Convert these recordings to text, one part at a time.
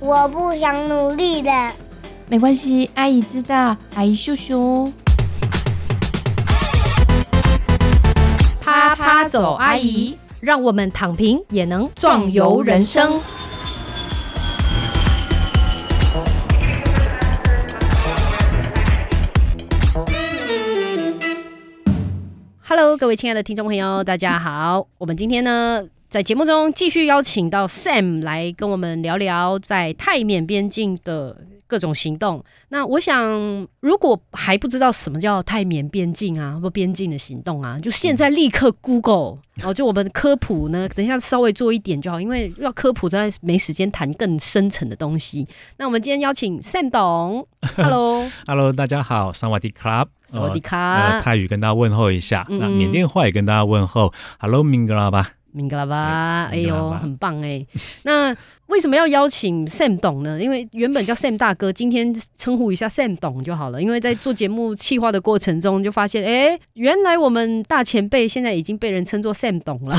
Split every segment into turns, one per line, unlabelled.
我不想努力了。
没关系，阿姨知道，阿姨秀哦秀。
啪啪走，阿姨，让我们躺平也能壮游人生。Hello，各位亲爱的听众朋友，大家好。我们今天呢，在节目中继续邀请到 Sam 来跟我们聊聊在泰缅边境的各种行动。那我想，如果还不知道什么叫泰缅边境啊，或边境的行动啊，就现在立刻 Google，然后就我们科普呢， 等一下稍微做一点就好，因为要科普，当然没时间谈更深层的东西。那我们今天邀请 Sam 董，Hello，
Hello，大家好，萨瓦迪卡，
萨瓦迪卡
呃泰语跟大家问候一下，
嗯嗯
那缅甸话也跟大家问候，Hello，明格拉巴。
明格拉巴，哎
哎明格拉
呦，
巴
很棒哎。 那为什么要邀请 Sam 董呢？因为原本叫 Sam 大哥，今天称呼一下 Sam 董就好了。因为在做节目企划的过程中，就发现，哎，原来我们大前辈现在已经被人称作 Sam 董了。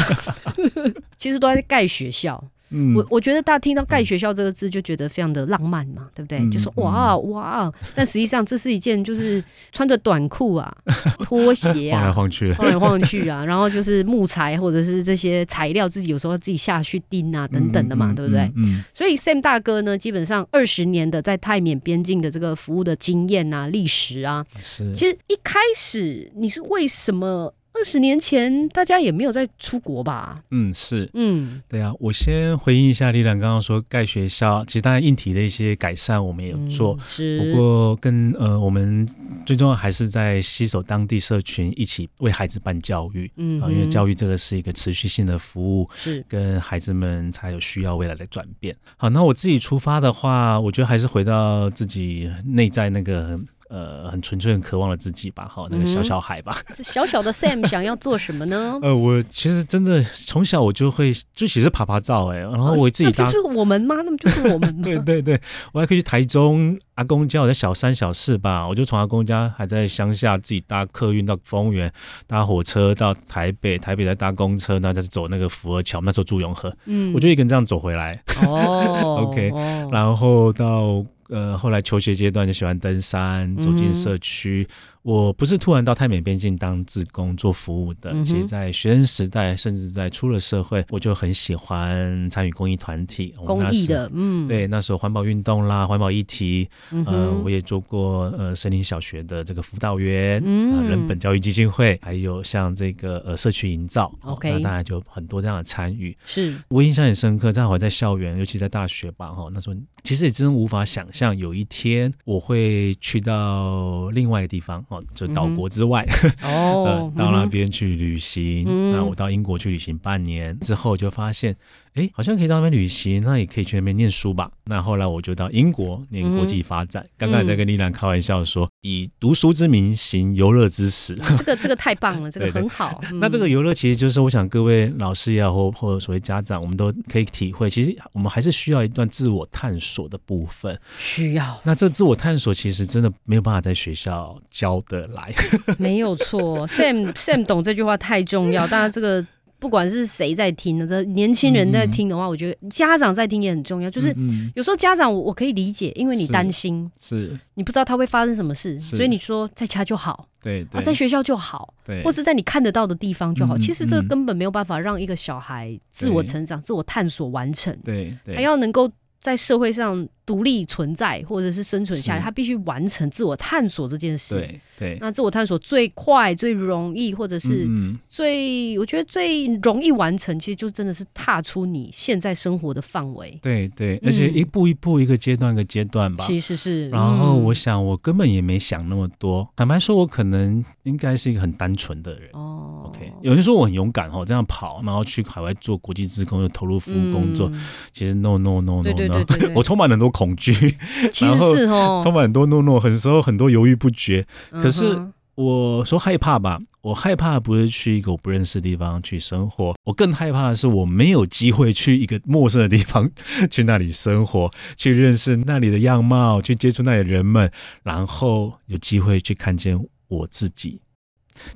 其实都在盖学校，
嗯
我我觉得大家听到“盖学校”这个字，就觉得非常的浪漫嘛，对不对？
嗯
就说哇哇，但实际上这是一件就是穿着短裤啊、 拖鞋
晃来
啊，
晃去，
晃来晃去啊，然后就是木材或者是这些材料，自己有时候自己下去钉啊等等的嘛，
嗯
对不对？？
嗯，
所以 Sam 大哥呢，基本上二十年的在泰缅边境的这个服务的经验啊、历史啊，
嗯是。
其实一开始你是为什么二十年前大家也没有在出国吧？
嗯，是
嗯
对啊。我先回应一下丽兰刚刚说盖学校，其实当然硬体的一些改善我们也有做
嗯，是
不过跟呃我们最重要还是在携手当地社群一起为孩子办教育
嗯
啊，因为
哼
教育这个是一个持续性的服务，
是
跟孩子们才有需要未来的转变。好，那我自己出发的话，我觉得还是回到自己内在那个呃很纯粹、很渴望的自己吧。好，那
嗯
个
哼
小小孩 吧。
这小小的 Sam 想要做什么 呢？
呃，我其实真的从小我就会，就其实爬爬照哎、然后我自己
那
搭
不哦就。是我们吗？那不就是我们吗？
对对对，我还可以去台中阿公家，我在小三小四吧，我就从阿公家还在乡下自己搭客运到丰原，搭火车到台北，台北再搭公车，然后再走那个福和桥，那时候住永和，
嗯
我就一个人这样走回来。
哦
OK，
哦
然后到呃后来求学阶段就喜欢登山，走
嗯哼
进社区。我不是突然到泰缅边境当志工做服务的，
嗯哼
其实在学生时代，甚至在出了社会，我就很喜欢参与公益团体，我们
公
那
益
时。
的，嗯，，
对，那时候环保运动啦，环保议题，
嗯
呃，
哼
我也做过呃森林小学的这个辅导员，
嗯
啊、人本教育基金会，还有像这个呃社区营造哦
OK
那当然就很多这样的参与。
是
我印象很深刻，在我还在校园，尤其在大学吧，哈，那时候其实也真无法想象有一天我会去到另外一个地方，哦，就岛国之外，
哦
呃，，到
嗯
那
哼
边去旅行。
嗯
那我到英国去旅行半年之后，就发现，哎，好像可以到那边旅行，那也可以去那边念书吧。那后来我就到英国念国
嗯
际发展。刚刚也在跟丽兰开玩笑说，以读书之名行游乐之实。
这个这个太棒了，这个
对对
很好。嗯
那这个游乐其实就是，我想各位老师也好，或或者所谓家长，我们都可以体会，其实我们还是需要一段自我探索的部分。
需要
那这自我探索其实真的没有办法在学校教得来。
没有错，Sam Sam 懂这句话太重要，大家这个。不管是谁在听呢，这年轻人在
嗯嗯
听的话，我觉得家长在听也很重要。就是
嗯嗯
有时候家长我我可以理解，因为你
是
担心，
是，
你不知道他会发生什么事，
是
所以你说在家就好，
对对，
啊，在学校就好，
对，
或是在你看得到的地方就好。
嗯
其实这个
嗯
根本没有办法让一个小孩自我
对
成长、自我探索完成，
对对，
他要能够在社会上独立存在或者是生存下来，
是
他必须完成自我探索这件事。
对对，
那自我探索最快、最容易，或者嗯是
嗯嗯
最、我觉得最容易完成，其实就真的是踏出你现在生活的范围，
对对，而且
嗯
一步一步，一个阶段一个阶段吧。
其实是。
然后
嗯
我想，我根本也没想那么多。坦白说，我可能应该是一个很单纯的人。
哦
OK，有人说我很勇敢哦，这样跑，然后去海外做国际职工，又投入服务工作。
嗯
其实 no no no
对
no
对对
no，
对对，
我充满了很多恐惧，
其
然
实
后
是哦，
充满很多 no no，很时候很多犹豫不决。可
嗯
是
哼
我说害怕吧，我害怕不是去一个我不认识的地方去生活，我更害怕的是我没有机会去一个陌生的地方 去那里生活，去认识那里的样貌，去接触那里的人们，然后有机会去看见我自己。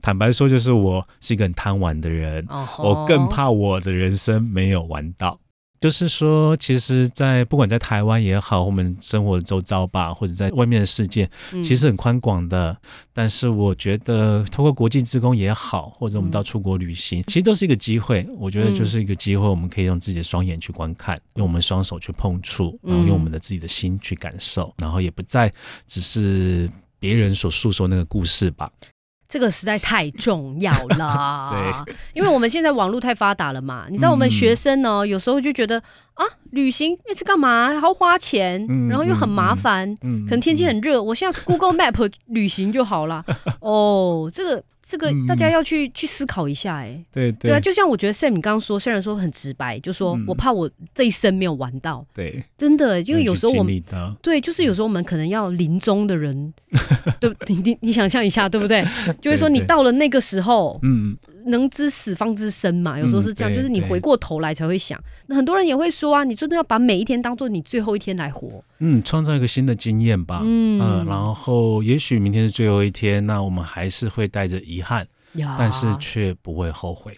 坦白说，就是我是一个很贪玩的人，
哦吼
我更怕我的人生没有玩到。就是说，其实在，不管在台湾也好，我们生活周遭吧，或者在外面的世界，
嗯
其实很宽广的。但是我觉得，透过国际职工也好，或者我们到出国旅
嗯
行，其实都是一个机会。我觉得就是一个机会，我们可以用自己的双眼去观看，用我们双手去碰触，
嗯
然后用我们的自己的心去感受，然后也不再只是别人所诉说那个故事吧。
这个实在太重要了。 对，因为我们现在网络太发达了嘛，你知道我们
嗯
学生呢，有时候就觉得啊，旅行要去干嘛？还要花钱，
嗯
然后又很麻
嗯嗯
烦，
嗯，
可能天气很热，我现在 Google Map 旅行就好 了。哦，这个这个
嗯
大家要去去思考一下、哎。
对
对
对
啊，就像我觉得 Sam 你刚刚说，虽然说很直白，就说
嗯
我怕我这一生没有玩到，
对，
真的，欸因为有时候我们
去经历到
对，就是有时候我们可能要临终的 人，对，你你你想象一下，对不对？就会说你
对
到了那个时候，
嗯，
能知死方知生嘛，有时候是这样，
嗯对
就是你回过头来才会想。那很多人也会说啊，你真的要把每一天当做你最后一天来活。
嗯，创造一个新的经验吧。嗯
嗯
然后也许明天是最后一天，那我们还是会带着遗憾，
呀
但是却不会后悔。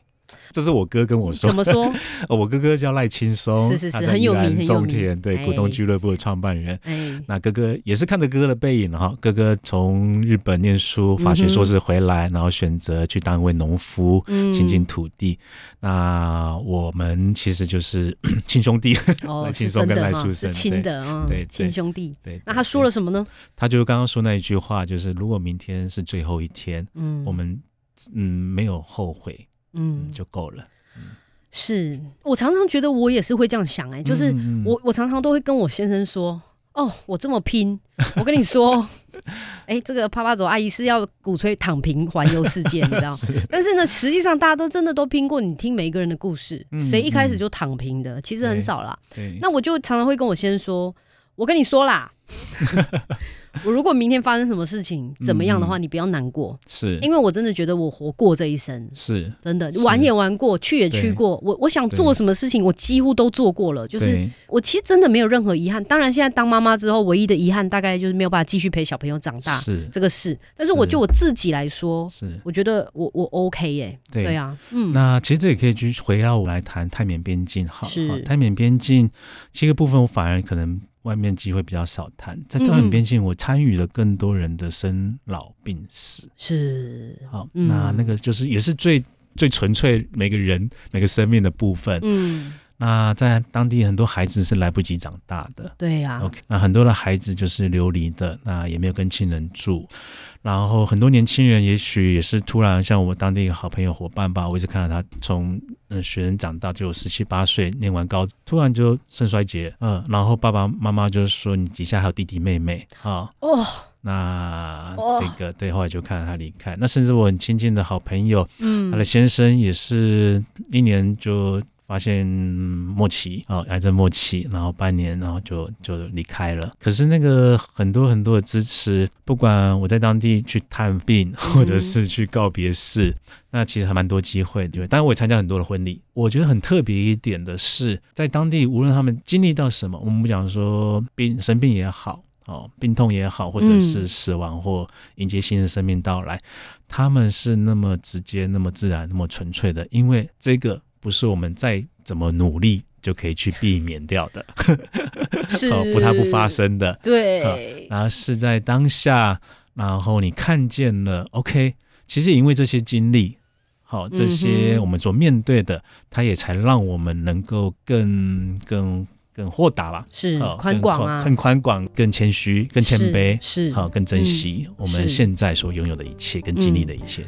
这是我哥跟我说
怎，么说？
呃 我哥哥叫赖青松，
是是是
他在
很有
宜兰
名很有
种
名
田，对，股
哎
东俱乐部的创办人。
哎，
那哥哥也是看着哥哥的背影哈，哥哥从日本念书法学硕士回来，然后选择去当一位农夫，
嗯
亲近土地。那我们其实就是 亲兄弟，
哦，
赖
是
清
真
松跟
的
赖
哈，
树
是
森
亲的啊，
对对
亲兄弟。
对。
那他说了
了。
什么呢？
他就刚刚说那一句话，就是如果明天是最后一天，
嗯，
我们嗯没有后悔，嗯
嗯，
就够了。
是我常常觉得我也是会这样想，哎，就是
嗯嗯嗯
我我常常都会跟我先生说，哦，我这么拼，我跟你说， 哎、这个啪啪走阿姨是要鼓吹躺平环游世界，你 知道？但是呢，实际上大家都真的都拼过，你听每一个人的故事，
嗯
谁、一开始就躺平的，其实很少啦。
对，
那我就常常会跟我先生说，我跟你说 啦。我如果明天发生什么事情怎么样的话，
嗯
你不要难过，
是
因为我真的觉得我活过这一生，
是，
真的
是
玩也玩过，去也去
对
过，我我想做
对
什么事情，我几乎都做过了，就是
对
我其实真的没有任何遗憾。当然，现在当妈妈之后，唯一的遗憾大概就是没有办法继续陪小朋友长大
是
这个事。但是我
是
就我自己来说，
是，
我觉得我我 OK 耶、
对
对啊，嗯，
那其实这也可以去回到我来谈泰缅边境好了，
是
好泰缅边境这个部分，我反而可能外面机会比较少谈，
嗯
在泰缅边境，我参与了更多人的生老病死。
是，
好，
嗯
那那个就是也是最最纯粹每个人每个生命的部分。
嗯，
那在当地很多孩子是来不及长大的。
对啊
OK，那很多的孩子就是流离的，那也没有跟亲人住，然后很多年轻人也许也是突然，像我当地一个好朋友伙伴吧，我一直看到他从嗯学生长大就十七八岁，念完高，突然就肾衰竭，嗯，然后爸爸妈妈就说你底下还有弟弟妹妹啊，
哦，
那
哦
这个、对，后来就看到他离开，那甚至我很亲近的好朋友，
嗯
他的先生也是一年就发现末期啊、哦癌症末期，然后半年，然后就就离开了。可是那个很多很多的支持，不管我在当地去探病，或者是去告别式，那其实还蛮多机会的。当然，我也参加很多的婚礼。我觉得很特别一点的是，在当地无论他们经历到什么，我们不讲说病生病也好。哦，病痛也好，或者是死亡或迎接新的生命到来，他们是那么直接、那么自然、那么纯粹的，因为这个不是我们再怎么努力就可以去避免掉的，
是
哦，不它不发，生的。
对，
然后是在当下，然后你看见了，OK，其实也因为这些经历，好、这
嗯
些
哼
我们所面对的，它也才让我们能够更更更豁达吧，
是
哦
宽
更
广啊，
更宽广，更谦虚，更谦
是
卑，
是嗯
好、更珍惜我们
是嗯
现在所拥有的一切，跟经历的一切。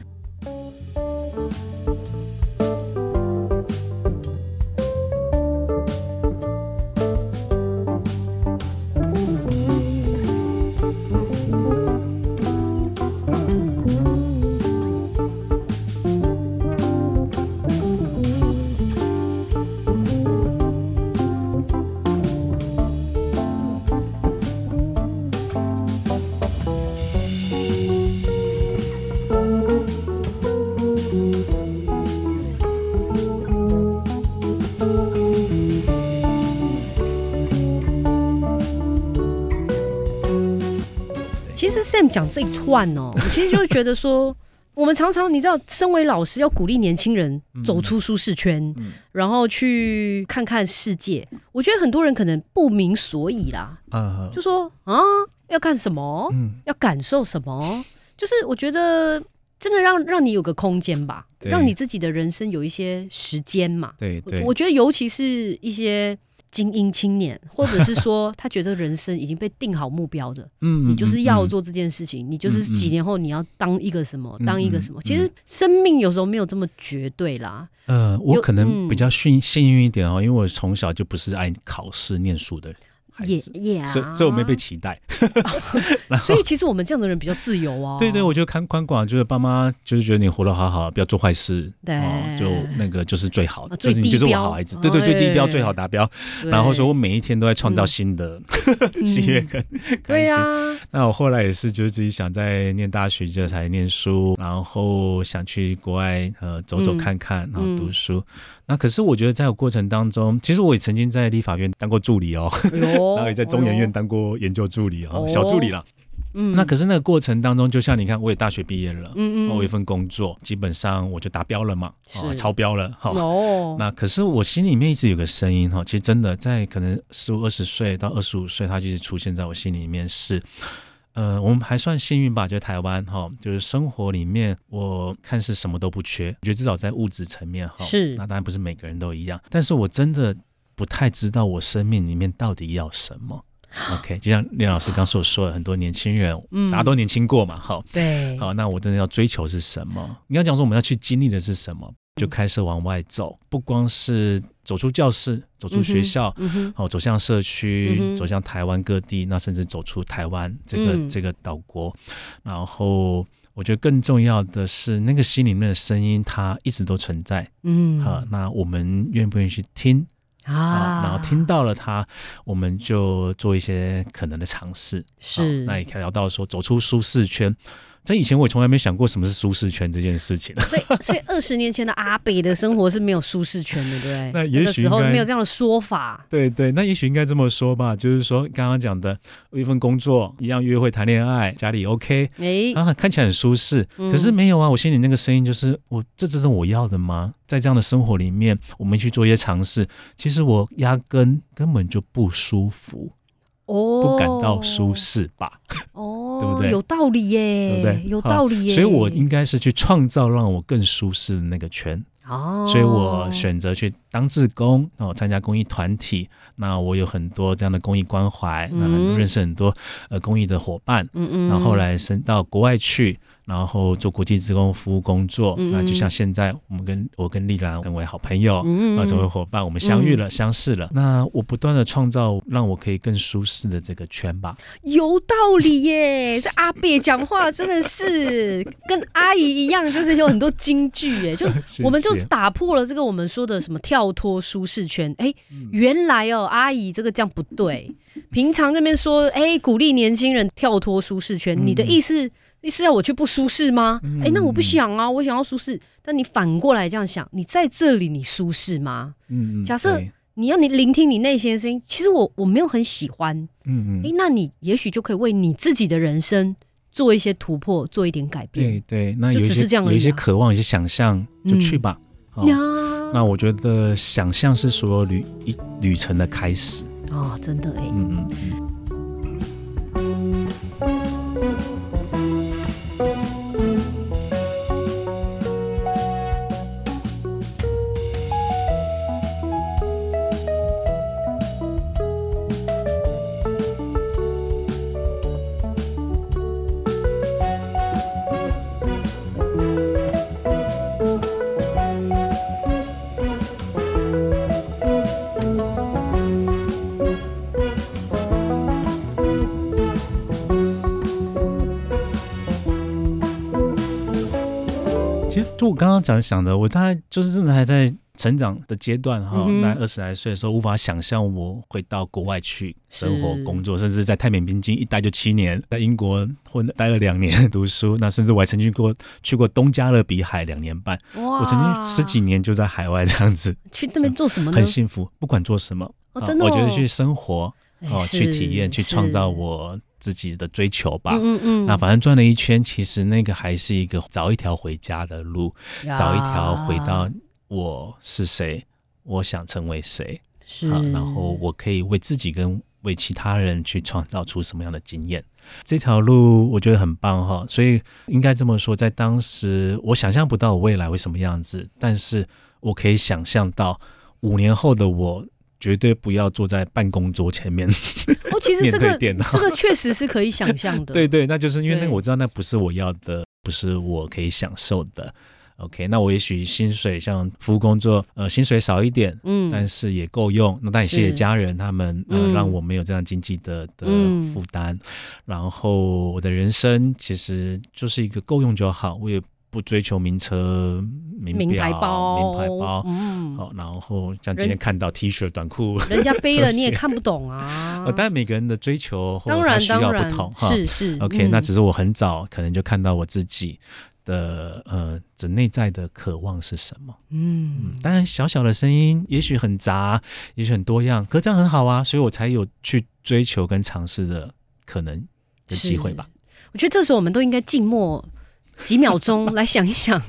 其实 Sam 讲这一串哦，我其实就觉得说，我们常常你知道，身为老师要鼓励年轻人走出舒适圈，
嗯
然后去看看世界。我觉得很多人可能不明所以啦，
啊，
就说啊，要干什么？
嗯，
要感受什么？就是我觉得真的让让你有个空间吧，
对
让你自己的人生有一些时间嘛。
对
我
对，
我觉得尤其是一些精英青年，或者是说他觉得人生已经被定好目标的，
嗯，
你就是要
嗯，
做这件事情，你就是
嗯嗯
几年后你要当一个什么，
嗯
当一个什么。
嗯
其实生命有时候没有这么绝对啦。
嗯呃，我
有
可能比
嗯
较幸幸运一点哦，因为我从小就不是爱考试念书的孩
也
子，
也啊，
所以所以我没被期待。
所以其实我们这样的人比较自由哦。
对对，我觉得看宽广就是爸妈就是觉得你活得好好，不要做坏事，
对
哦就那个就是最好，
啊
就是
最
你
低哦
就是我
标
好孩子，对对，最低标最好达标。
对
然后说我每一天都在创造新的 喜悦感，
嗯对啊呀、
呀。 那我后来也是，就是自己想在念大学这才念书，然后想去国外呃走走
嗯
看看，然后读
嗯
书。那可是我觉得在我过程当中，其实我也曾经在立法院当过助理哦，
哎 呦
然后也在中研院
哎
当过研究助理哦，小助理啦。
呦嗯
那可是那个过程当中，就像你看，我也大学毕业了，
嗯
我有一份工作，基本上我就达标了嘛，哦，
是
超标了，好、
哦，
那可是我心里面一直有个声音哈，其实真的在可能十五、二十岁到二十五岁，它就一直出现在我心里面是。呃，我们还算幸运吧，就是台湾哈，就是生活里面，我看是什么都不缺，我觉得至少在物质层面哈，
是
那当然不是每个人都一样，但是我真的不太知道我生命里面到底要什么。OK，就像练老师刚所说的，很多年轻人，
嗯
大家都年轻过嘛，哈，
对，
好，那我真的要追求是什么？你要讲说我们要去经历的是什
嗯
么，就开始往外走，不光是走出教室，走出学校，哦
嗯哼，
好、走向社区，
嗯哼
走向台湾各地，那甚至走出台湾这个、
嗯
这个岛国。然后，我觉得更重要的是，那个心里面的声音，它一直都存在。
嗯
好、那我们愿不愿意去听？啊，然后听到了它，我们就做一些可能的尝试。好
是
那也可以聊到说走出舒适圈。在以前我也从来没想过什么是舒适圈这件事情。
所以，所以二十年前的阿北的生活是没有舒适圈的，对不对？
那也
个
许
时候
应该
没有这样的说法，
对对，那也许应该这么说吧，就是说刚刚讲的，有一份工作，一样约会、谈恋爱，家里 OK
哎，
啊，看起来很舒适，
嗯
可是没有啊，我心里那个声音就是，我这真是我要的吗？在这样的生活里面，我们去做一些尝试，其实我压根根本就不舒服，
哦，
不感到舒，适吧。
哦，
对不对
有道理耶，
对不对？
有
好
道理耶，
所以我应该是去创造让我更舒适的那个圈，
哦，
所以我选择去当志工，那我参加公益团体，那我有很多这样的公益关怀，
嗯
那很多认识很多呃公益的伙伴，
嗯嗯，
然后后来升到国外去。然后做国际职工服务工作，
嗯嗯
那就像现在我们跟我跟丽兰成为好朋友，
嗯，嗯
啊，
嗯
成为伙伴，我们相遇了，相识了。那我不断的创造让我可以更舒适的这个圈吧。
有道理耶， 这阿贝讲话真的是跟阿姨一样，就是有很多金句耶，就
谢
我们就
谢
打破了这个我们说的什么跳脱舒适圈。哎、
嗯
原来哦，阿姨这个这样不 对。平常那边说，哎、鼓励年轻人跳脱舒适圈，
嗯
你的意思是要我去不舒适吗？哎、
嗯
那我不想啊，我想要舒适。但你反过来这样想，你在这里你舒适吗？
嗯嗯，
假设
对
你要你聆听你内心的声音，其实我我没有很喜欢，
嗯嗯
诶，，那你也许就可以为你自己的人生做一些突破，做一点改
对
变。
对，那有
就
一
只
些
是这样而
有一
已
些
啊嗯
渴望，有一些想象，就去吧。哦好，
呀，
那我觉得想象是所有旅一旅程的开始。
哦，真的哎、
嗯嗯嗯，其实就我刚刚讲想的，我大概就是真的还在成长的阶段哈，
嗯哼
大概二十来岁的时候，无法想象我会到国外去生活
是、
工作，甚至在泰缅边境一待就七年，在英国混待了两年读书，那甚至我还曾经过去过东加勒比海两年半，
哇
嗯我曾经十几年就在海外这样子，
去那边做什么呢
很？幸福，不管做什么。
哦，
啊
真的、
哦我觉得去生活
哎
哦，去体验，去创造，
是
我自己的追求吧。
嗯嗯
那反正转了一圈，其实那个还是一个找一条回家的路，
呀
找一条回到我是谁，我想成为谁。
是，
好，啊然后我可以为自己跟为其他人去创造出什么样的经验。这条路我觉得很棒哈，所以应该这么说，在当时我想象不到我未来会什么样子，但是我可以想象到五年后的我。绝对不要坐在办公桌前面，
哦，其实这个
面对电脑
这个确实是可以想象的，
对对，那就是因为那
对
个我知道那不是我要的，不是我可以享受的。OK，那我也许薪水像服务工作，呃，薪水少一点，
嗯，
但是也够用。那但也谢谢
是
家人，他们呃、
嗯
让我没有这样经济的的
嗯
负担。然后我的人生其实就是一个够用就好，我也不追求名车、名表、
名
名
牌包，
牌包
嗯，
好，然后像今
人
天看到 T 恤、短裤，
人家背 了你也
对
看不懂啊
呃，。当然每个人的追求或
当
他
然
需
当
要
然
不同，哈。
是是
OK，、
嗯
那只是我很早可能就看到我自己的呃，这内在的渴望是什么。
嗯
当然，小小的声音也许很杂，也许很多样，可这样很好啊，所以我才有去追求跟尝试的可能跟机会吧。。
是我觉得这时候我们都应该静默几秒 钟来想一想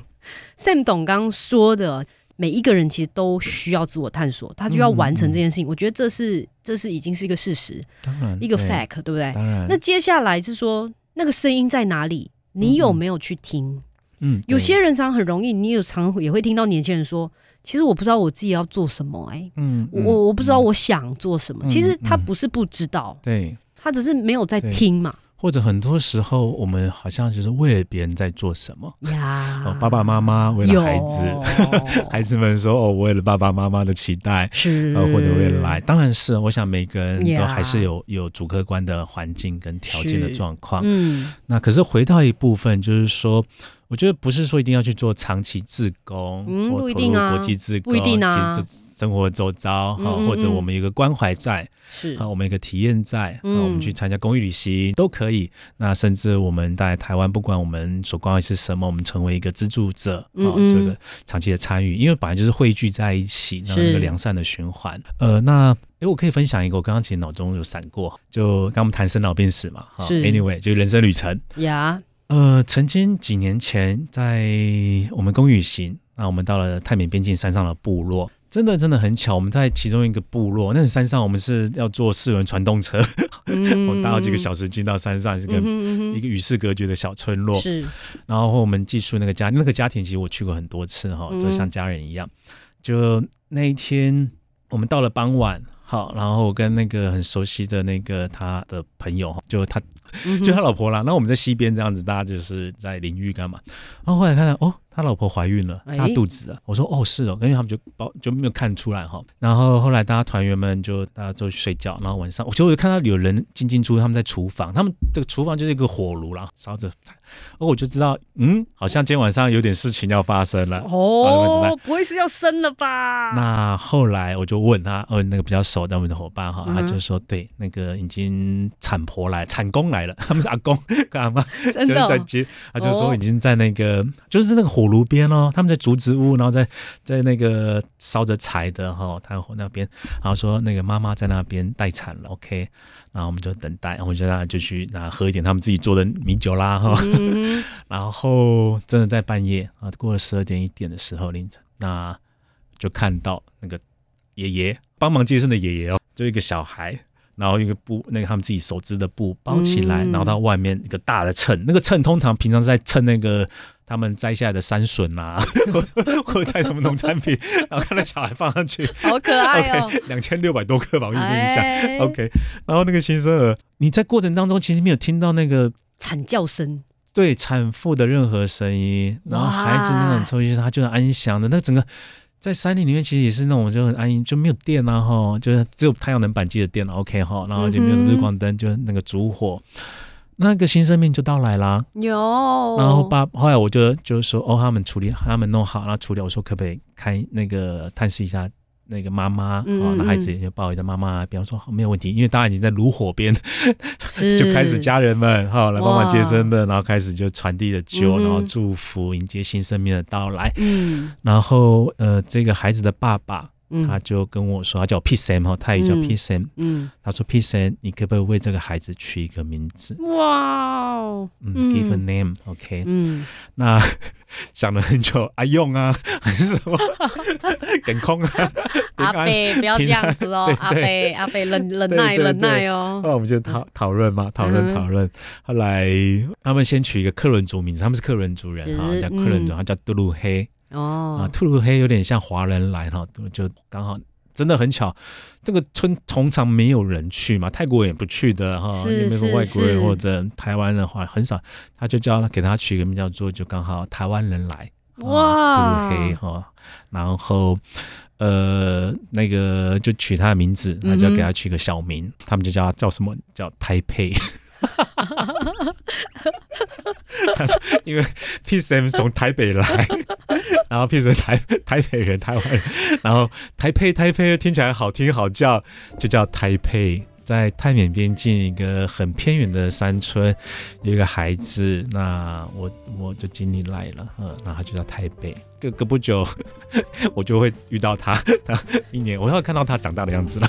，Sam 董刚说的，每一个人其实都需要自我探索，他就要
嗯
完成
嗯
这件事情。我觉得这是这是已经是一个事实，
当然，
一个
嗯对
fact，对不对？
当然，
那接下来是说那个声音在哪里？你有
嗯嗯
没有去听？
嗯，
有
对
些人常很容易，你有常也会听到年轻人说：“其实我不知道我自己要做什么、哎，
嗯，
我
嗯
我我不知道
嗯
我想做什么。
嗯
其实他
嗯
不是不知道，
对，
他只是没有在
对
听嘛。
或者很多时候我们好像就是为了别人在做什么。
呀，
哦，爸爸妈妈为
啊有
了孩子，孩子们说哦，我为了爸爸妈妈的期待，
是
呃，或者未来，当然是，我想每个人都
嗯 Yeah
还是有有主客观的环境跟条件的
是
状况。
嗯，
那可是回到一部分，就是说，我觉得不是说一定要去做长期志工，
嗯
或
不一
投
定
入
啊
国际志工，
不一定啊
其实这生活周遭哈、
嗯嗯
或者
嗯
我们有一个关怀在，
是
啊，我们有一个体验在，啊，我
嗯
们去参加公益旅行都可以。那甚至我们在台湾，不管我们所关怀是什么，我们成为一个资助者，啊
嗯，嗯
这个长期的参与，因为本来就是汇聚在一起，那
是
一个良善的循环。呃，那诶，我可以分享一个，我刚刚其实脑中有闪过，就刚我们谈生老病死嘛，哈
是
，anyway，就是人生旅程。
呀，
呃，曾经几年前在我们公寓行，那我们到了泰缅边境山上的部落，真的真的很巧，我们在其中一个部落，那个山上我们是要坐四轮传动车，我
我
们搭好几个小时进到山上，是个、一
一
个与世隔绝的小村落。
嗯是
然后我们寄宿那个家，那个家庭其实我去过很多次哈，
嗯
就像家人一样。就那一天，我们到了傍晚。好，然后我跟那个很熟悉的那个他的朋友，就他 就他老婆啦。那我们在西边这样子，大家就是在淋浴干嘛？然后后来看到哦，他老婆怀孕了，
哎
大肚子了。我说哦是哦，因为他们就包就没有看出来哈。然后后来大家团员们就大家都去睡觉，然后晚上我就看到有人进进出出，他们在厨房，他们的厨房就是一个火炉啦，烧着菜。哦，我就知道，嗯，好像今天晚上有点事情要发生了。好
哦
来，
不会是要生了吧？
那后来我就问他，哦，那个比较熟的我们的伙伴哈，
嗯
他就说，对，那个已经产婆来，产公来了，他们是阿公跟阿妈，
真
就
的
是在
哦
接，他就说
哦
已经在那个、就是在那个火炉边哦，他们在竹子屋，然后在在那个烧着柴的哈、炭火那边，然后说那个妈妈在那边待产了，OK，然后我们就等待，然后我就让他就去那喝一点他们自己做的米酒啦哈、
嗯哼
然后真的在半夜啊，过了十二点一点的时候凌晨，那就看到那个爷爷帮忙接生的爷爷哦，就一个小孩，然后一个布，那个他们自己手织的布包起来，
嗯
然后到外面一个大的秤，那个秤通常平常是在称那个他们摘下来的山笋啊， 或或者摘什么农产品，然后看到小孩放 上去
好可爱哦！
，OK，两千六百多克吧，我印象。
哎
OK，然后那个新生儿，你在过程当中其实没有听到那个
惨叫声，
对产妇的任何声音，然后孩子那
哇
种抽泣，他就很安详的。那整个在山林里面，其实也是那种就很安逸，就没有电啊哈，就是只有太阳能板机的电了，OK 哈，然后就没有什
嗯
么日光灯，就那个烛火，那个新生命就到来啦。
有，哦
然后爸，后来我就就说哦，他们处理，他们弄好，然后处理，我说可不可以开那个探视一下。那个妈妈啊，
嗯嗯
哦那孩子也抱一下妈妈，比方说好哦没有问题，因为大家已经在炉火边，
是
就开始家人们哈来帮忙接生的，然后开始就传递着酒，
嗯哼
然后祝福迎接新生命的到来。
嗯
然后呃，这个孩子的爸爸
嗯
他就跟我说，他叫 P Sam 哈，泰语叫
嗯
P Sam，、
嗯，
他说 P Sam，你可不可以为这个孩子取一个名字？
哇哦，
嗯
嗯
g i v e a name，OK、
嗯，
那 想了很久，阿用啊，还是什么？ 耿空啊，平
阿
安。
贝不要这样子哦
平，
阿
安对对
贝阿贝忍忍
对
耐
对
忍耐
对
哦，
那我们就讨讨论嘛，讨论
嗯
讨论。后来他们先取一个克伦族名字，他们是克伦族人哈，
是
叫克伦族，
嗯
他叫杜鲁黑啊，
哦，
杜鲁黑有点像华人来哈，就刚好真的很巧，这个村通常没有人去嘛，泰国人也不去的哈，
是
也没有什么外国人
是是
或者台湾人话很少，他就叫给他取一个名叫做就刚好台湾人来啊
哇
杜鲁黑哈，然后。呃，那个就取他的名字，
嗯
那
哼
就要给他取个小名，他们就叫他叫什么？叫台配。他说，因为 P C M 从台北来， 然后 P C 台台北人、台湾人，然后台配台配听起来好听好叫，就叫台配。在泰缅边境一个很偏远的山村，有一个孩子，那我我就经历来了，嗯，然后他就叫台北。隔隔不久，我就会遇到他， 他一年我要看到他长大的样子了。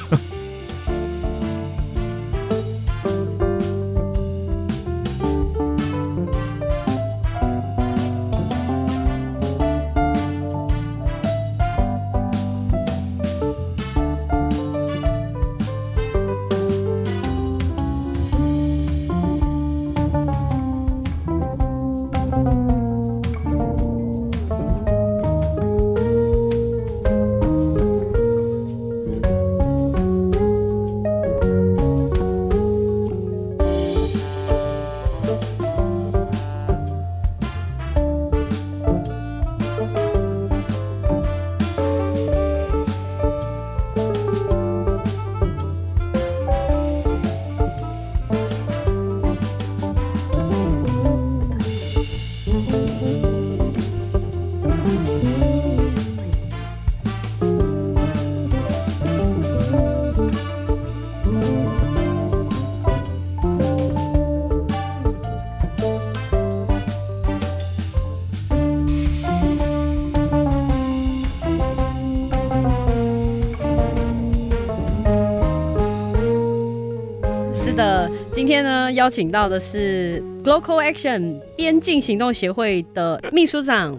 是的，今天呢邀请到的是 Local Action 边境行动协会的秘书长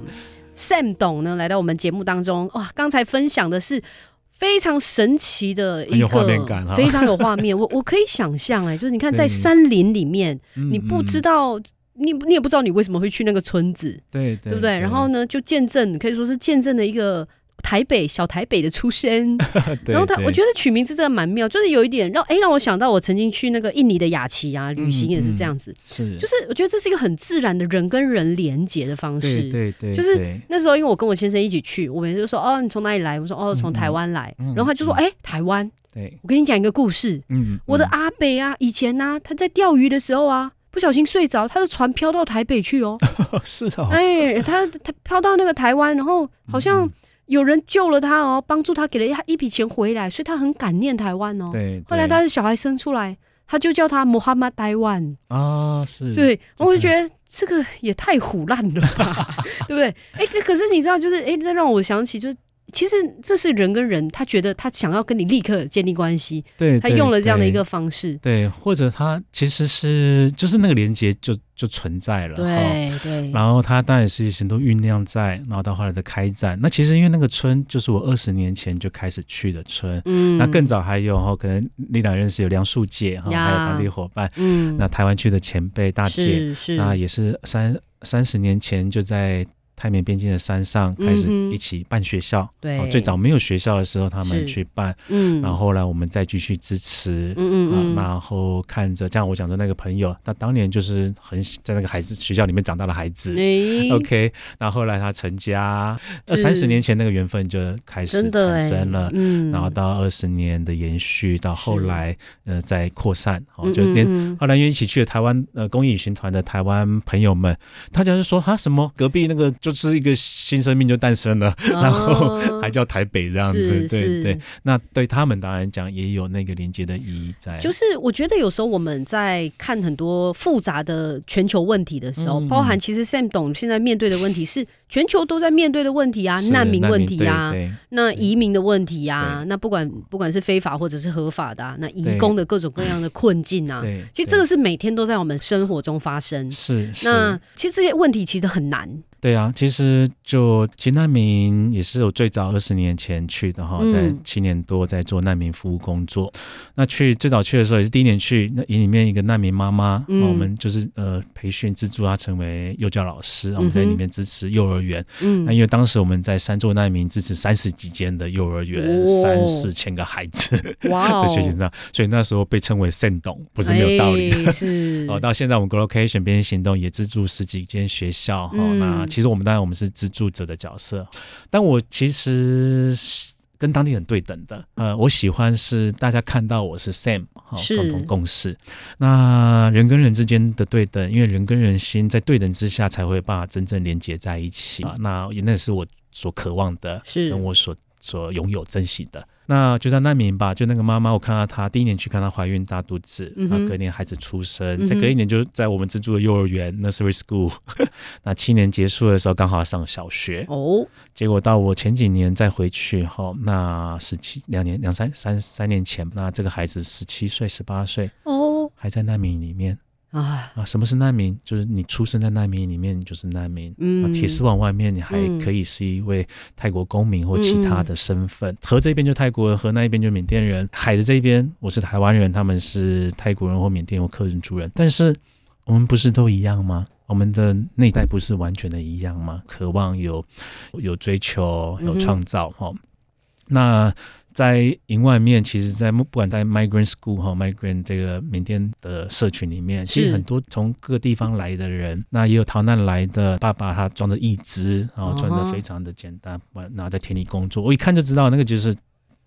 Sam 董呢，来到我们节目当中。哇，刚才分享的是。非常神奇的
很
一
有
个，
画面感哈
非常有画面。我我可以想象，哎，就是你看在
对
山林里面，你
你
不知道，你你也不知道你为什么会去那个村子，
对
对不对？然 后呢，就见证，可以说是见证了一个台北小台北的出生。然后他，我觉
得
得取名字真的蛮妙，就是有一点让哎、让我想到我曾经去那个印尼的雅琪
嗯
啊，旅行也是这样子，
是
就是我觉得这是一个很自然的人跟人连接的方式。
对对对，
就是
对
那时候因为我跟我先生一起去，我们就说哦你从哪里来？我说哦从台湾来，
嗯嗯
然后他就说哎、台湾，
对，
我跟你讲一个故事，
嗯，
我的
嗯
阿北啊，以前呢、啊、他在钓鱼的时候啊。不小心睡着，他的船飘到台北去哦。
哦是哦，
哎，他他飘到那个台湾，然后好像
嗯
有人救了他哦，帮助他，给了他一笔钱回来，所以他很感念台湾哦。
对，
后来
对
他的小孩生出来，他就叫他 Muhammad Taiwan。
啊是，
对，我就觉得这个也太虎烂了吧， 对不对？哎、可可是你知道，就是哎、这让我想起，就是其实这是人跟人，他觉得他想要跟你立刻建立关系，
对，
他
对
用了这样的一
对
个方式。
对，或者他其实是就是那个连接就就存在了，哈。
对对，
然后他当然是很多酝酿在，然后到后来的开展。那其实因为那个村就是我二十年前就开始去的村，
嗯
那更早还有哈，可能丽娜认识有梁树姐哈，还有
呀
当地伙伴。
嗯，
那台湾区的前辈大姐，
是是
那也是三三十年前就在泰缅边境的山上开始
嗯哼
一起办学校。
对
哦最早没有学校的时候，他
是
们去办，
嗯，
然后后来我们再继续支持。
嗯嗯嗯，
啊，然后看着，像我讲的那个朋友，他当年就是很在那个孩子学校里面长大的孩子，
诶
OK，那后来他成家，呃，
哎是
三十年前那个缘分就开始
真的
产
诶
生了。
嗯，
然后到二十年的延续，到后
是
来呃再扩散，哦，
嗯
就连
嗯嗯
后来因为一起去了台湾呃公益旅行团的台湾朋友们，大家就说哈什么隔壁那个就是一个新生命就诞生了， 然后还叫台北这样子，
哦是
对
是
对。那对他们当然讲也有那个连接的意义在，
就是我觉得有时候我们在看很多复杂的全球问题的时候，
嗯
包含其实 Sam 董现在面对的问题是全球都在面对的问题啊，
是
难民问题啊，
对对
那移民的问题啊
对，
那不管不管是非法或者是合法的、啊，那移
对
工的各种各样的困境啊，
对，
其实这个是每天都在我们生活中发生
对。是
那
是，
其实这些问题其实很难，
对啊，其实就其实难民也是我最早二十年前去的哈，
嗯
在七年多在做难民服务工作。那去最早去的时候也是第一年去，那营里面一个难民妈妈，
嗯
我们就是呃培训资助她成为幼教老师，我们在
嗯哼
里面支持幼儿园。那
嗯，
因为当时我们在三座难民支持三十几间的幼儿园，
哦
三四千个孩子
哇
的学习
哦，
上，所以那时候被称为“圣董”，不是没有道理的。
哎是
哦，到现在我们 Glocation 边行动也资助十几间学校哈、
嗯
那其实我们当然我们是资助者的角色，但我其实是跟当地很对等的。呃，我喜欢是大家看到我是 Sam 哈、
是
共同共事。那人跟人之间的对等，因为人跟人心在对等之下才会把真正连接在一起啊。那也那是我所渴望的，
是
跟我所所拥有珍惜的。那就在难民吧，就那个妈妈，我看到她第一年去看她怀孕大肚子，
嗯
然
哼嗯
后隔年孩子出生，
哼
再隔一年就在我们资助的幼儿园 nursery school，那七年结束的时候刚好上小学，
哦，
结果到我前几年再回去后，那十七两年两三三三年前，那这个孩子十七岁十八岁
哦
还在难民里面
啊，
啊？什么是难民？就是你出生在难民里面，你就是难民。啊，
嗯，
铁丝网外面你还
嗯
可以是一位泰国公民或其他的身份。河这边就泰国人，河那一边就缅甸人，海的这边我是台湾人，他们是泰国人或缅甸或客人族人。但是我们不是都一样吗？我们的内在不是完全的一样吗？渴望有有追求，有
嗯哼
创造哈、哦那在营外面，其实在，不管在 migrant school 哈、migrant 这个缅甸的社群里面，其
是
实很多从各地方来的人，那也有逃难来的。爸爸他装着义肢，然后穿
嗯哼
的非常的简单，然后在田里工作，我一看就知道那个就是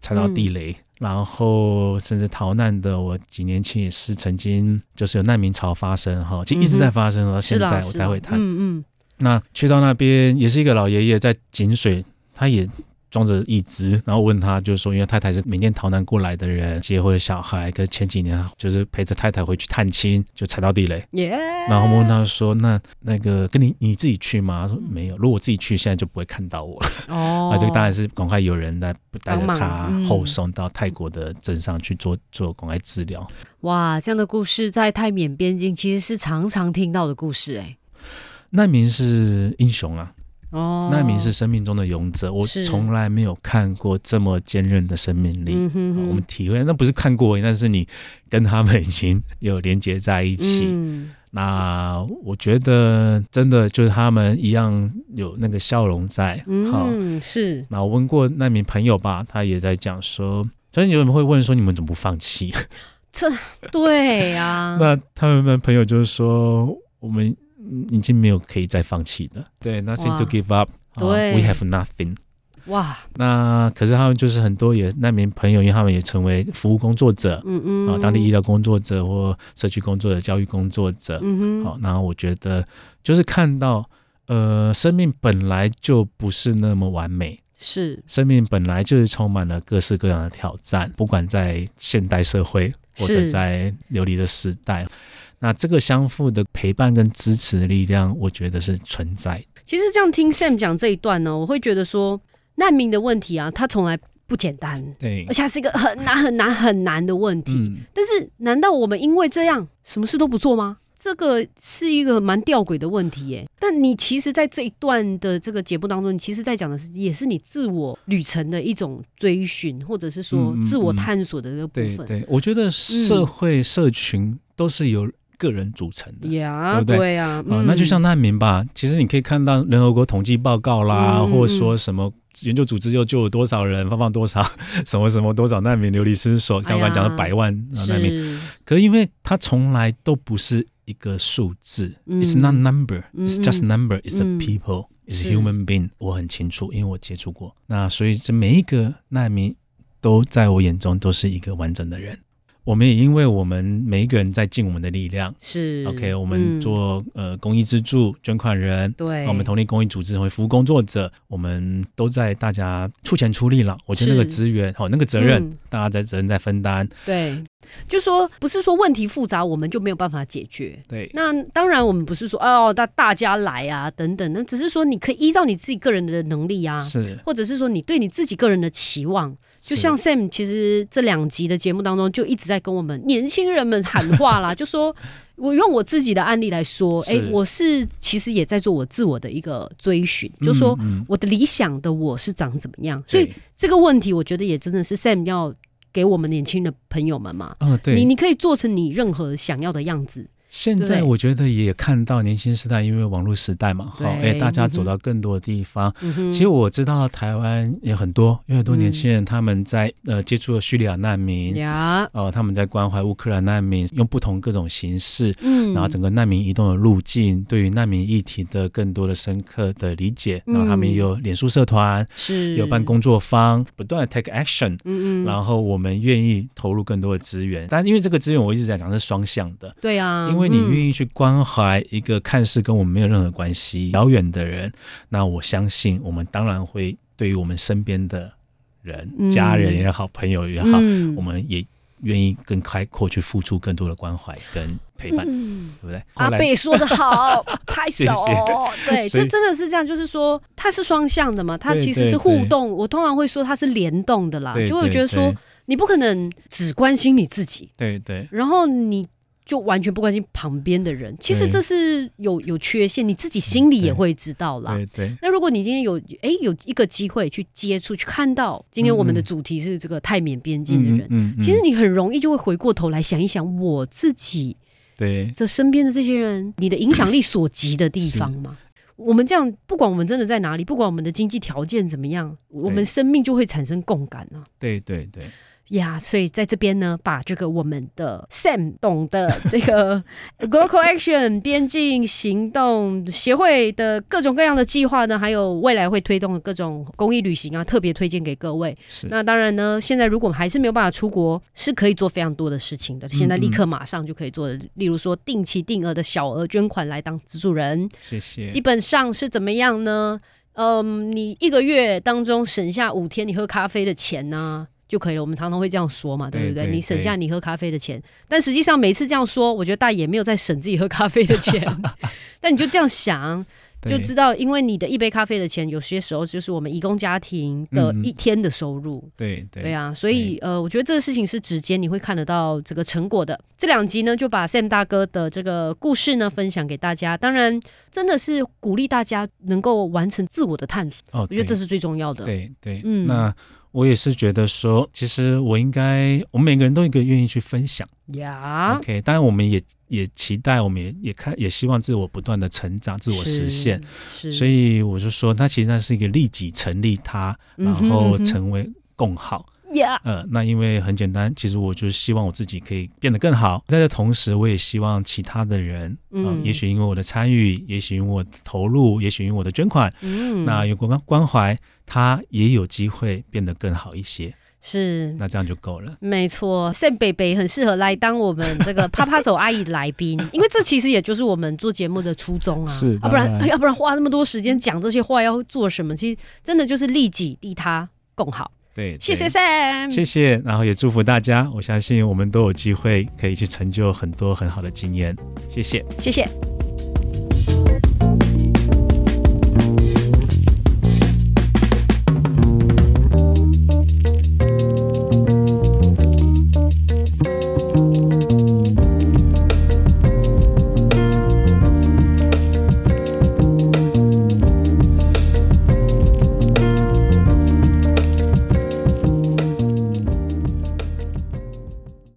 踩到地雷。
嗯
然后甚至逃难的，我几年前也是曾经就是有难民潮发生哈，其实一直在发生，到现
嗯是啦
在
是
我
啦
待会谈。
嗯嗯，
那去到那边也是一个老爷爷在井水，他也装着义肢，然后问他就是说，因为太太是缅甸逃难过来的人，结婚有小孩，可是前几年就是陪着太太回去探亲，就踩到地雷。
耶，
然后我们问他说：“那那个跟你你自己去吗？”他说：“没有，如果我自己去，现在就不会看到我了。
哦，
那就当然是赶快有人来带着
帮忙
他
嗯
后送到泰国的镇上去做做赶快治疗。
哇，这样的故事在泰缅边境其实是常常听到的故事哎、
难民是英雄啊，
哦，
难民是生命中的勇者，我
是
从来没有看过这么坚韧的生命力。
嗯哼哼
我们体会那不是看过而已，但是你跟他们已经有连接在一起。
嗯
那我觉得真的就是他们一样有那个笑容在。好，
嗯是
那我问过那名朋友吧，他也在讲说。所以有人会问说你们怎么不放弃？，
对啊
那他们朋友就是说我们嗯已经没有可以再放弃的，对，nothing to
哇
give up，啊
对
，we have nothing。
哇，
那可是他们就是很多也难民朋友，因为他们也成为服务工作者
嗯嗯，
啊，当地医疗工作者或社区工作者、教育工作者。
嗯哼，
好，那我觉得就是看到，呃，生命本来就不是那么完美，
是
生命本来就是充满了各式各样的挑战，不管在现代社会或者
是
在流离的时代。那这个相互的陪伴跟支持的力量，我觉得是存在。
其实这样听 Sam 讲这一段呢，我会觉得说难民的问题啊，它从来不简单，
对
而，且它是一个很难很难很难的问题。
嗯，
但是，难道我们因为这样什么事都不做吗？这个是一个蛮吊诡的问题耶。但你其实，在这一段的这个节目当中，你其实在讲的是，也是你自我旅程的一种追寻，或者是说
嗯嗯
自我探索的这个部
对
分。嗯
对，我觉得社会社群都是由个人组成的。
呀
对不对
对呀、嗯
啊、那就像难民吧，其实你可以看到联合国统计报告啦，
嗯
或者说什么呃研究组织又救了多少人，发放多少什么什么多少难民流离失所，像我刚才讲
哎呀
的百万、啊难民，
是
可因为它从来都不是一个数字、
嗯
i t s not number,
嗯
it's just
嗯
number, it's a
嗯
people, it's
是
a human being。我很清楚，因为我接触过。那所以这每一个难民都在我眼中都是一个完整的人。我们也因为我们每一个人在尽我们的力量。
是
OK，我们、做、呃公益资助、捐款人
嗯、，对，
我们同力公益组织、为服务工作者，我们都在大家出钱出力了。我觉得那个
是
资源，好、那个责任，
嗯
大家在责任在分担。
对，就说不是说问题复杂，我们就没有办法解决。
对，
那当然，我们不是说哦，大大家来啊等等，那只是说你可以依照你自己个人的能力啊，
是，
或者是说你对你自己个人的期望，就像 Sam 其实这两集的节目当中就一直在跟我们年轻人们喊话 啦，就说我用我自己的案例来说，
是
哎、我是其实也在做我自我的一个追寻，就说
嗯嗯
我的理想的我是长怎么样，所以
对
这个问题我觉得也真的是 Sam 要给我们年轻的朋友们嘛，
嗯、对，
你你可以做成你任何想要的样子，
现
对
在我觉得也看到年轻时代，因为网络时代嘛，哈，
对
哎，大家
嗯哼
走到更多的地方。
嗯哼，
其实我知道台湾也很多，有很多
嗯
年轻人他们在、呃接触了叙利亚难民，
呀，
呃，他们在关怀乌克兰难民，用不同各种形式，
嗯，
然后整个难民移动的路径，对于难民议题的更多的深刻的理解。
嗯
然后他们也有脸书社团，
是
也有办，工作坊，不断的 take action。
嗯嗯，
然后我们愿意投入更多的资源，但因为这个资源我一直在讲是双向的，
对啊，
因为你
嗯
愿意去关怀一个看似跟我们没有任何关系、遥远的人，那我相信我们当然会对于我们身边的人、
嗯
家人也好、朋友也好，
嗯
我们也愿意更开阔去付出更多的关怀跟陪伴，对不对？
嗯阿
后来
贝说的好，拍手。对，
所以
这真的是这样，就是说它是双向的嘛，它
对
其实
对
是互动。我通常会说它是联动的啦，
对
啊就会觉得说你不可能只关心你自己，
对对
然后你就完全不关心旁边的人。其实
对
这是有有缺陷，你自己心里也会知道啦。
对对，
那如果你今天有哎有一个机会去接触，去看到今天我们的
嗯嗯
主题是这个泰缅边境的人，
嗯
其实你很容易就会回过头来想一想我自己。
对
这身边的这些人，你的影响力所及的地方嘛。我们这样，不管我们真的在哪里，不管我们的经济条件怎么样，我们生命就会产生共感啊。
对对对，
呀所以在这边呢，把这个我们的 Sam 懂的这个 Local Action 边境行动协会的各种各样的计划呢，还有未来会推动的各种公益旅行啊，特别推荐给各位。
是
那当然呢，现在如果我们还是没有办法出国，是可以做非常多的事情的。
嗯
现在立刻马上就可以做的，例如说定期定额的小额捐款来当资助人，
谢谢
基，本上是怎么样呢？嗯，你一个月当中省下五天你喝咖啡的钱呢、就可以了。我们常常会这样说嘛，对不对？
对对
你省下你喝咖啡的钱，但实际上每次这样说，我觉得大爷没有在省自己喝咖啡的 钱。但你就这样想，就
对
知道，因为你的一杯咖啡的钱，有些时候就是我们义工家庭的
嗯嗯
一天的收入。
对对
对啊，所以呃，我觉得这个事情是直接你会看得到这个成果的。这两集呢，就把 Sam 大哥的这个故事呢分享给大家。当然，真的是鼓励大家能够完成自我的探索，
哦，
我觉得
对
这是最重要的。
对对，
嗯
那我也是觉得说，其实我应该，我们每个人都有一个愿意去分享。
呀
OK，当然我们也也期待，我们也也看，也希望自我不断的成长，自我实现。
是，
所以我就说，它其实那是一个立即成立它，然
嗯哼
后
嗯哼
成为共好。
呀，
呃，那因为很简单，其实我就希望我自己可以变得更好。在这同时，我也希望其他的人，呃
嗯
也许因为我的参与，也许因为我的投入，也许因为我的捐款，
嗯
那有关关怀，他也有机会变得更好一些。
是
那这样就够了。
没错，Sam 北北很适合来当我们这个啪啪走阿姨的来 宾，因为这其实也就是我们做节目的初衷啊。
是
要、不然
当
哎
然
要不然花那么多时间讲这些话要做什么？其实真的就是利己利他共好。
对，对
谢谢 Sam，
谢谢，然后也祝福大家。我相信我们都有机会可以去成就很多很好的经验。谢谢。
谢谢。